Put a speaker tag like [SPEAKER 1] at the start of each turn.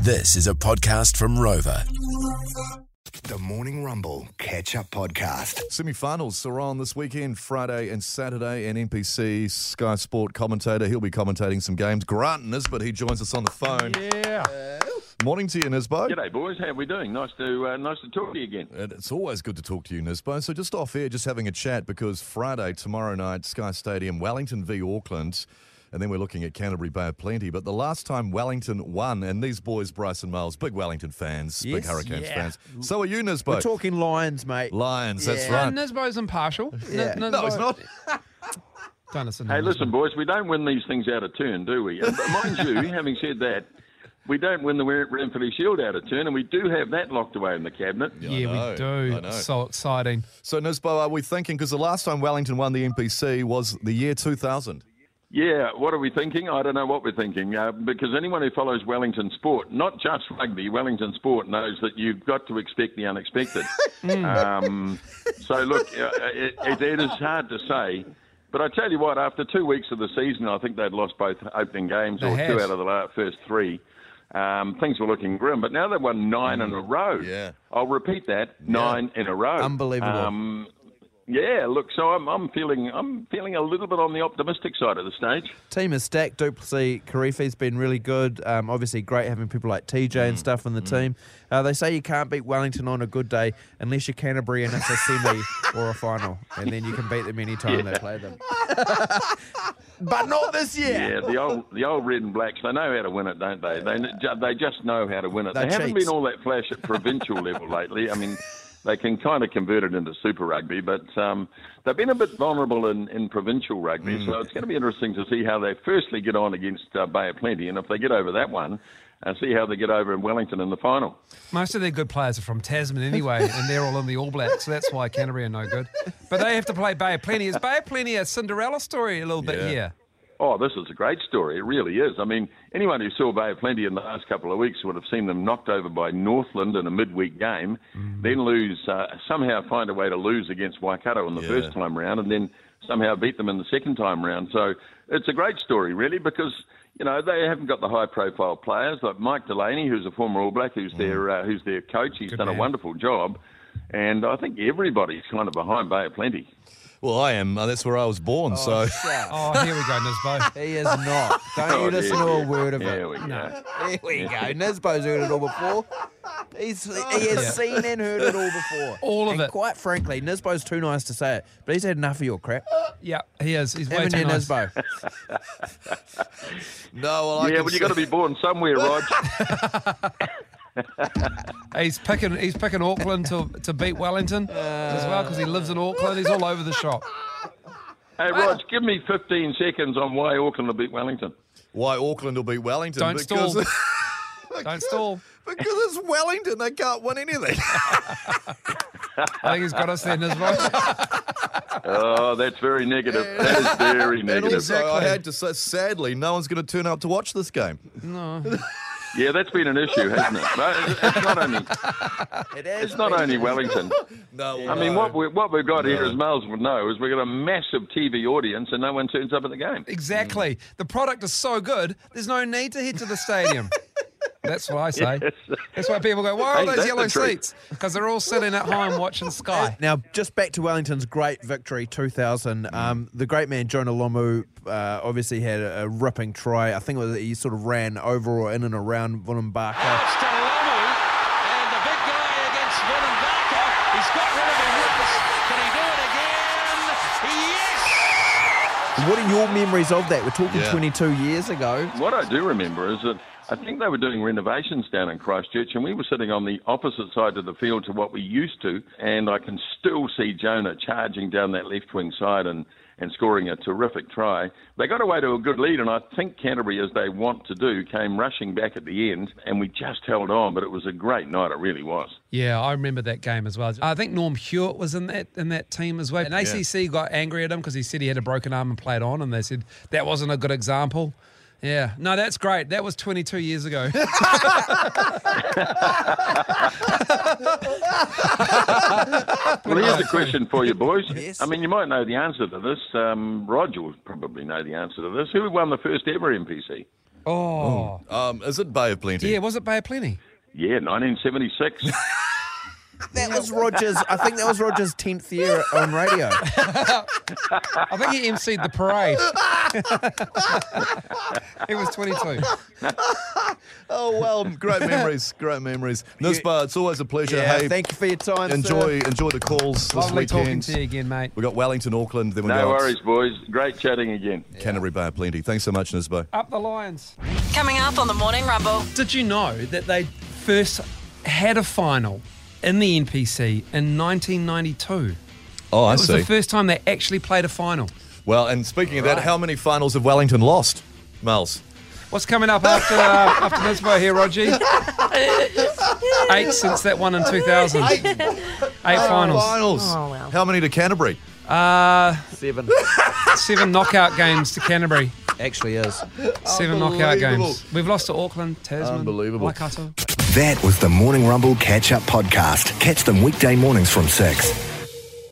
[SPEAKER 1] This is a podcast from Rover.
[SPEAKER 2] The Morning Rumble Catch Up Podcast.
[SPEAKER 3] Semi-finals are on this weekend, Friday and Saturday, and NPC Sky Sport commentator. He'll be commentating some games. Grant Nisbet, he joins us on the phone.
[SPEAKER 4] Yeah.
[SPEAKER 3] Morning to you, Nisbo.
[SPEAKER 5] G'day, boys. How are we doing? Nice to uh, nice to talk to you again.
[SPEAKER 3] And It's always good to talk to you, Nisbo. So just off air, just having a chat because Friday, tomorrow night, Sky Stadium, Wellington v Auckland, and then we're looking at Canterbury Bay of Plenty. But the last time Wellington won, and these boys, Bryson Miles, big Wellington fans, big
[SPEAKER 4] Yes.
[SPEAKER 3] Hurricanes
[SPEAKER 4] Yeah.
[SPEAKER 3] fans. So are you, Nisbo?
[SPEAKER 6] We're talking lions, mate.
[SPEAKER 3] Lions, that's
[SPEAKER 6] Yeah.
[SPEAKER 3] right.
[SPEAKER 4] Nisbo's impartial. N-
[SPEAKER 6] Yeah.
[SPEAKER 4] Nisbo-
[SPEAKER 3] no, it's not.
[SPEAKER 4] Don't listen to
[SPEAKER 5] Hey,
[SPEAKER 4] him.
[SPEAKER 5] listen, boys. We don't win these things out of turn, do we? And- But mind you, having said that, we don't win the Renfrew Shield out of turn, and we do have that locked away in the cabinet.
[SPEAKER 4] Yeah,
[SPEAKER 3] I
[SPEAKER 4] we
[SPEAKER 3] know, I
[SPEAKER 4] do.
[SPEAKER 3] know.
[SPEAKER 4] It's so exciting.
[SPEAKER 3] So, Nisbo, are we thinking? Because the last time Wellington won the NPC was the year 2000.
[SPEAKER 5] Yeah, what are we thinking? I don't know what we're thinking uh, because anyone who follows Wellington sport, not just rugby, Wellington sport knows that you've got to expect the unexpected. um, so look, uh, it, it, it is hard to say, but I tell you what, after two weeks of the season, I think they'd lost both opening games
[SPEAKER 4] They
[SPEAKER 5] or
[SPEAKER 4] had.
[SPEAKER 5] two out of the la- first three. Um, things were looking grim, but now they've won nine in a
[SPEAKER 4] Mm.
[SPEAKER 5] row.
[SPEAKER 3] yeah.
[SPEAKER 5] I'll repeat that: nine in a row.
[SPEAKER 6] Unbelievable.
[SPEAKER 5] Um, yeah, look, so I'm, I'm feeling I'm feeling a little bit on the optimistic side at the stage.
[SPEAKER 6] Team is stacked. Duplessis, Karifi's been really good. Um, obviously, great having people like TJ and stuff on the team. Uh, they say you can't beat Wellington on a good day unless you're Canterbury and it's a semi or a final, and then you can beat them any time they play them. but not this year.
[SPEAKER 5] Yeah, the old the old red and blacks, they know how to win it, don't they? They ju- they just know how to win it.
[SPEAKER 6] They're
[SPEAKER 5] they haven't
[SPEAKER 6] cheats.
[SPEAKER 5] been all that flash at provincial level lately. I mean, they can kind of convert it into Super Rugby, but um, they've been a bit vulnerable in, in provincial rugby.
[SPEAKER 6] Mm.
[SPEAKER 5] So it's going to be interesting to see how they firstly get on against uh, Bay of Plenty, and if they get over that one, uh, see how they get over in Wellington in the final.
[SPEAKER 4] Most of their good players are from Tasman anyway, and they're all in the All Blacks, so that's why Canterbury are no good. But they have to play Bay of Plenty. Is Bay of Plenty a Cinderella story a little bit
[SPEAKER 3] Yeah.
[SPEAKER 4] here?
[SPEAKER 5] Oh, this is a great story. It really is. I mean, anyone who saw Bay of Plenty in the last couple of weeks would have seen them knocked over by Northland in a midweek game, then lose, uh, somehow find a way to lose against Waikato in the first time round, and then somehow beat them in the second time round. So it's a great story, really, because, you know, they haven't got the high profile players like Mike Delaney, who's a former All Black, who's, their, uh, who's their coach. He's done
[SPEAKER 4] man.
[SPEAKER 5] a wonderful job. And I think everybody's kind of behind Bay of Plenty.
[SPEAKER 3] Well, I am. Uh, That's where I was born. so,
[SPEAKER 6] Shucks.
[SPEAKER 4] Oh, here we go, Nisbo.
[SPEAKER 6] He is not. Don't
[SPEAKER 5] Oh,
[SPEAKER 6] you listen
[SPEAKER 5] dear.
[SPEAKER 6] to a word of
[SPEAKER 5] There
[SPEAKER 6] it.
[SPEAKER 5] we go.
[SPEAKER 6] There we go. Nisbo's heard it all before. He's, he has
[SPEAKER 4] Yeah.
[SPEAKER 6] seen and heard it all before.
[SPEAKER 4] All of
[SPEAKER 6] and
[SPEAKER 4] it.
[SPEAKER 6] Quite frankly, Nisbo's too nice to say it, but he's had enough of your crap.
[SPEAKER 4] Yeah, he is. He's way
[SPEAKER 6] Haven't
[SPEAKER 4] too
[SPEAKER 6] you,
[SPEAKER 4] nice.
[SPEAKER 6] Nisbo?
[SPEAKER 3] no, well, I
[SPEAKER 5] Yeah,
[SPEAKER 3] can
[SPEAKER 5] well,
[SPEAKER 3] see-
[SPEAKER 5] you've got to be born somewhere, Rog.
[SPEAKER 4] He's picking. He's picking Auckland to to beat Wellington as well because he lives in Auckland. He's all over the shop.
[SPEAKER 5] Hey, Rog, give me 15 seconds on why Auckland will beat Wellington.
[SPEAKER 3] why Auckland will beat Wellington.
[SPEAKER 4] Don't
[SPEAKER 3] because,
[SPEAKER 4] stall. Don't stall.
[SPEAKER 3] because it's Wellington. They can't win anything.
[SPEAKER 4] I think he's got us there, Nisbo.
[SPEAKER 5] Oh, that's very negative. That is very
[SPEAKER 3] and
[SPEAKER 5] negative.
[SPEAKER 3] also, I had to say, sadly, no one's going to turn up to watch this game.
[SPEAKER 5] Yeah, that's been an issue, hasn't it? No, it's- it's not only,
[SPEAKER 6] It is.
[SPEAKER 5] it's not only Wellington.
[SPEAKER 3] No, well,
[SPEAKER 5] I mean,
[SPEAKER 3] no.
[SPEAKER 5] what, we, what we've got here, as Miles would know, is we've got a massive TV audience and no one turns up at the game.
[SPEAKER 4] Exactly. The product is so good. There's no need to head to the stadium. That's what I say. That's why people go, why are
[SPEAKER 5] Ain't that
[SPEAKER 4] those
[SPEAKER 5] the
[SPEAKER 4] yellow
[SPEAKER 5] truth?
[SPEAKER 4] seats? Because they're all sitting at home watching Sky.
[SPEAKER 6] Now, just back to Wellington's great victory, 2000.
[SPEAKER 7] Mm.
[SPEAKER 6] Um, the great man Jonah Lomu uh, obviously had a, a ripping try. I think it was he sort of ran over or in and around Vulumbaka.
[SPEAKER 7] to Lomu, and the big guy against Winandaka. He's got rid of him with this. Can he do it again? Yes!
[SPEAKER 6] What are your memories of that? We're talking
[SPEAKER 3] Yeah.
[SPEAKER 6] 22 years ago.
[SPEAKER 5] What I do remember is that I think they were doing renovations down in Christchurch, and we were sitting on the opposite side of the field to what we used to. And I can still see Jonah charging down that left wing side and, and scoring a terrific try. They got away to a good lead, and I think Canterbury, as they want to do, came rushing back at the end, and we just held on. But it was a great night, it really was.
[SPEAKER 4] Yeah, I remember that game as well. I think Norm Hewitt was in that in that team as well. And ACC got angry at him because he said he had a broken arm and played on, and they said that wasn't a good example. Yeah, no, that's great. That was 22 years ago.
[SPEAKER 5] Well, here's a question for you, boys. I mean, you might know the answer to this. Um, Roger will probably know the answer to this. Who won the first ever MPC?
[SPEAKER 4] Oh.
[SPEAKER 3] Um, is it Bay of Plenty?
[SPEAKER 4] Yeah, was it Bay of Plenty?
[SPEAKER 5] Yeah, 1976.
[SPEAKER 6] That was Rogers. I think that was Rogers' tenth year on radio.
[SPEAKER 4] I think he emceed the parade. he was 22.
[SPEAKER 3] Oh well, great memories, great memories. Nisba, it's always a pleasure.
[SPEAKER 6] Yeah,
[SPEAKER 3] hey,
[SPEAKER 6] thank you for your time. sir.
[SPEAKER 3] enjoy enjoy the calls this
[SPEAKER 4] Lovely talking
[SPEAKER 3] weekend.
[SPEAKER 4] to you again, mate.
[SPEAKER 3] We got Wellington, Auckland, then we
[SPEAKER 5] No
[SPEAKER 3] got
[SPEAKER 5] worries, boys. Great chatting again.
[SPEAKER 3] Canterbury Bay of Plenty. Thanks so much, Nisbo.
[SPEAKER 4] Up the Lions.
[SPEAKER 8] Coming up on the Morning Rumble.
[SPEAKER 4] Did you know that they first had a final in the NPC in 1992?
[SPEAKER 3] Oh, I
[SPEAKER 4] It was
[SPEAKER 3] see.
[SPEAKER 4] the first time they actually played a final.
[SPEAKER 3] well, and speaking of that, how many finals have Wellington lost, Miles?
[SPEAKER 4] What's coming up after uh, after Nisbo here, Roger? Eight since that one in 2000. Eight, finals.
[SPEAKER 3] Finals.
[SPEAKER 8] Oh, well.
[SPEAKER 3] How many to Canterbury?
[SPEAKER 6] Seven
[SPEAKER 4] Seven knockout games to Canterbury.
[SPEAKER 6] actually is.
[SPEAKER 4] Seven knockout
[SPEAKER 3] Unbelievable.
[SPEAKER 4] games. We've lost to Auckland, Tasman,
[SPEAKER 3] Unbelievable.
[SPEAKER 4] Waikato.
[SPEAKER 2] That was the Morning Rumble Catch Up Podcast. Catch them weekday mornings from 6.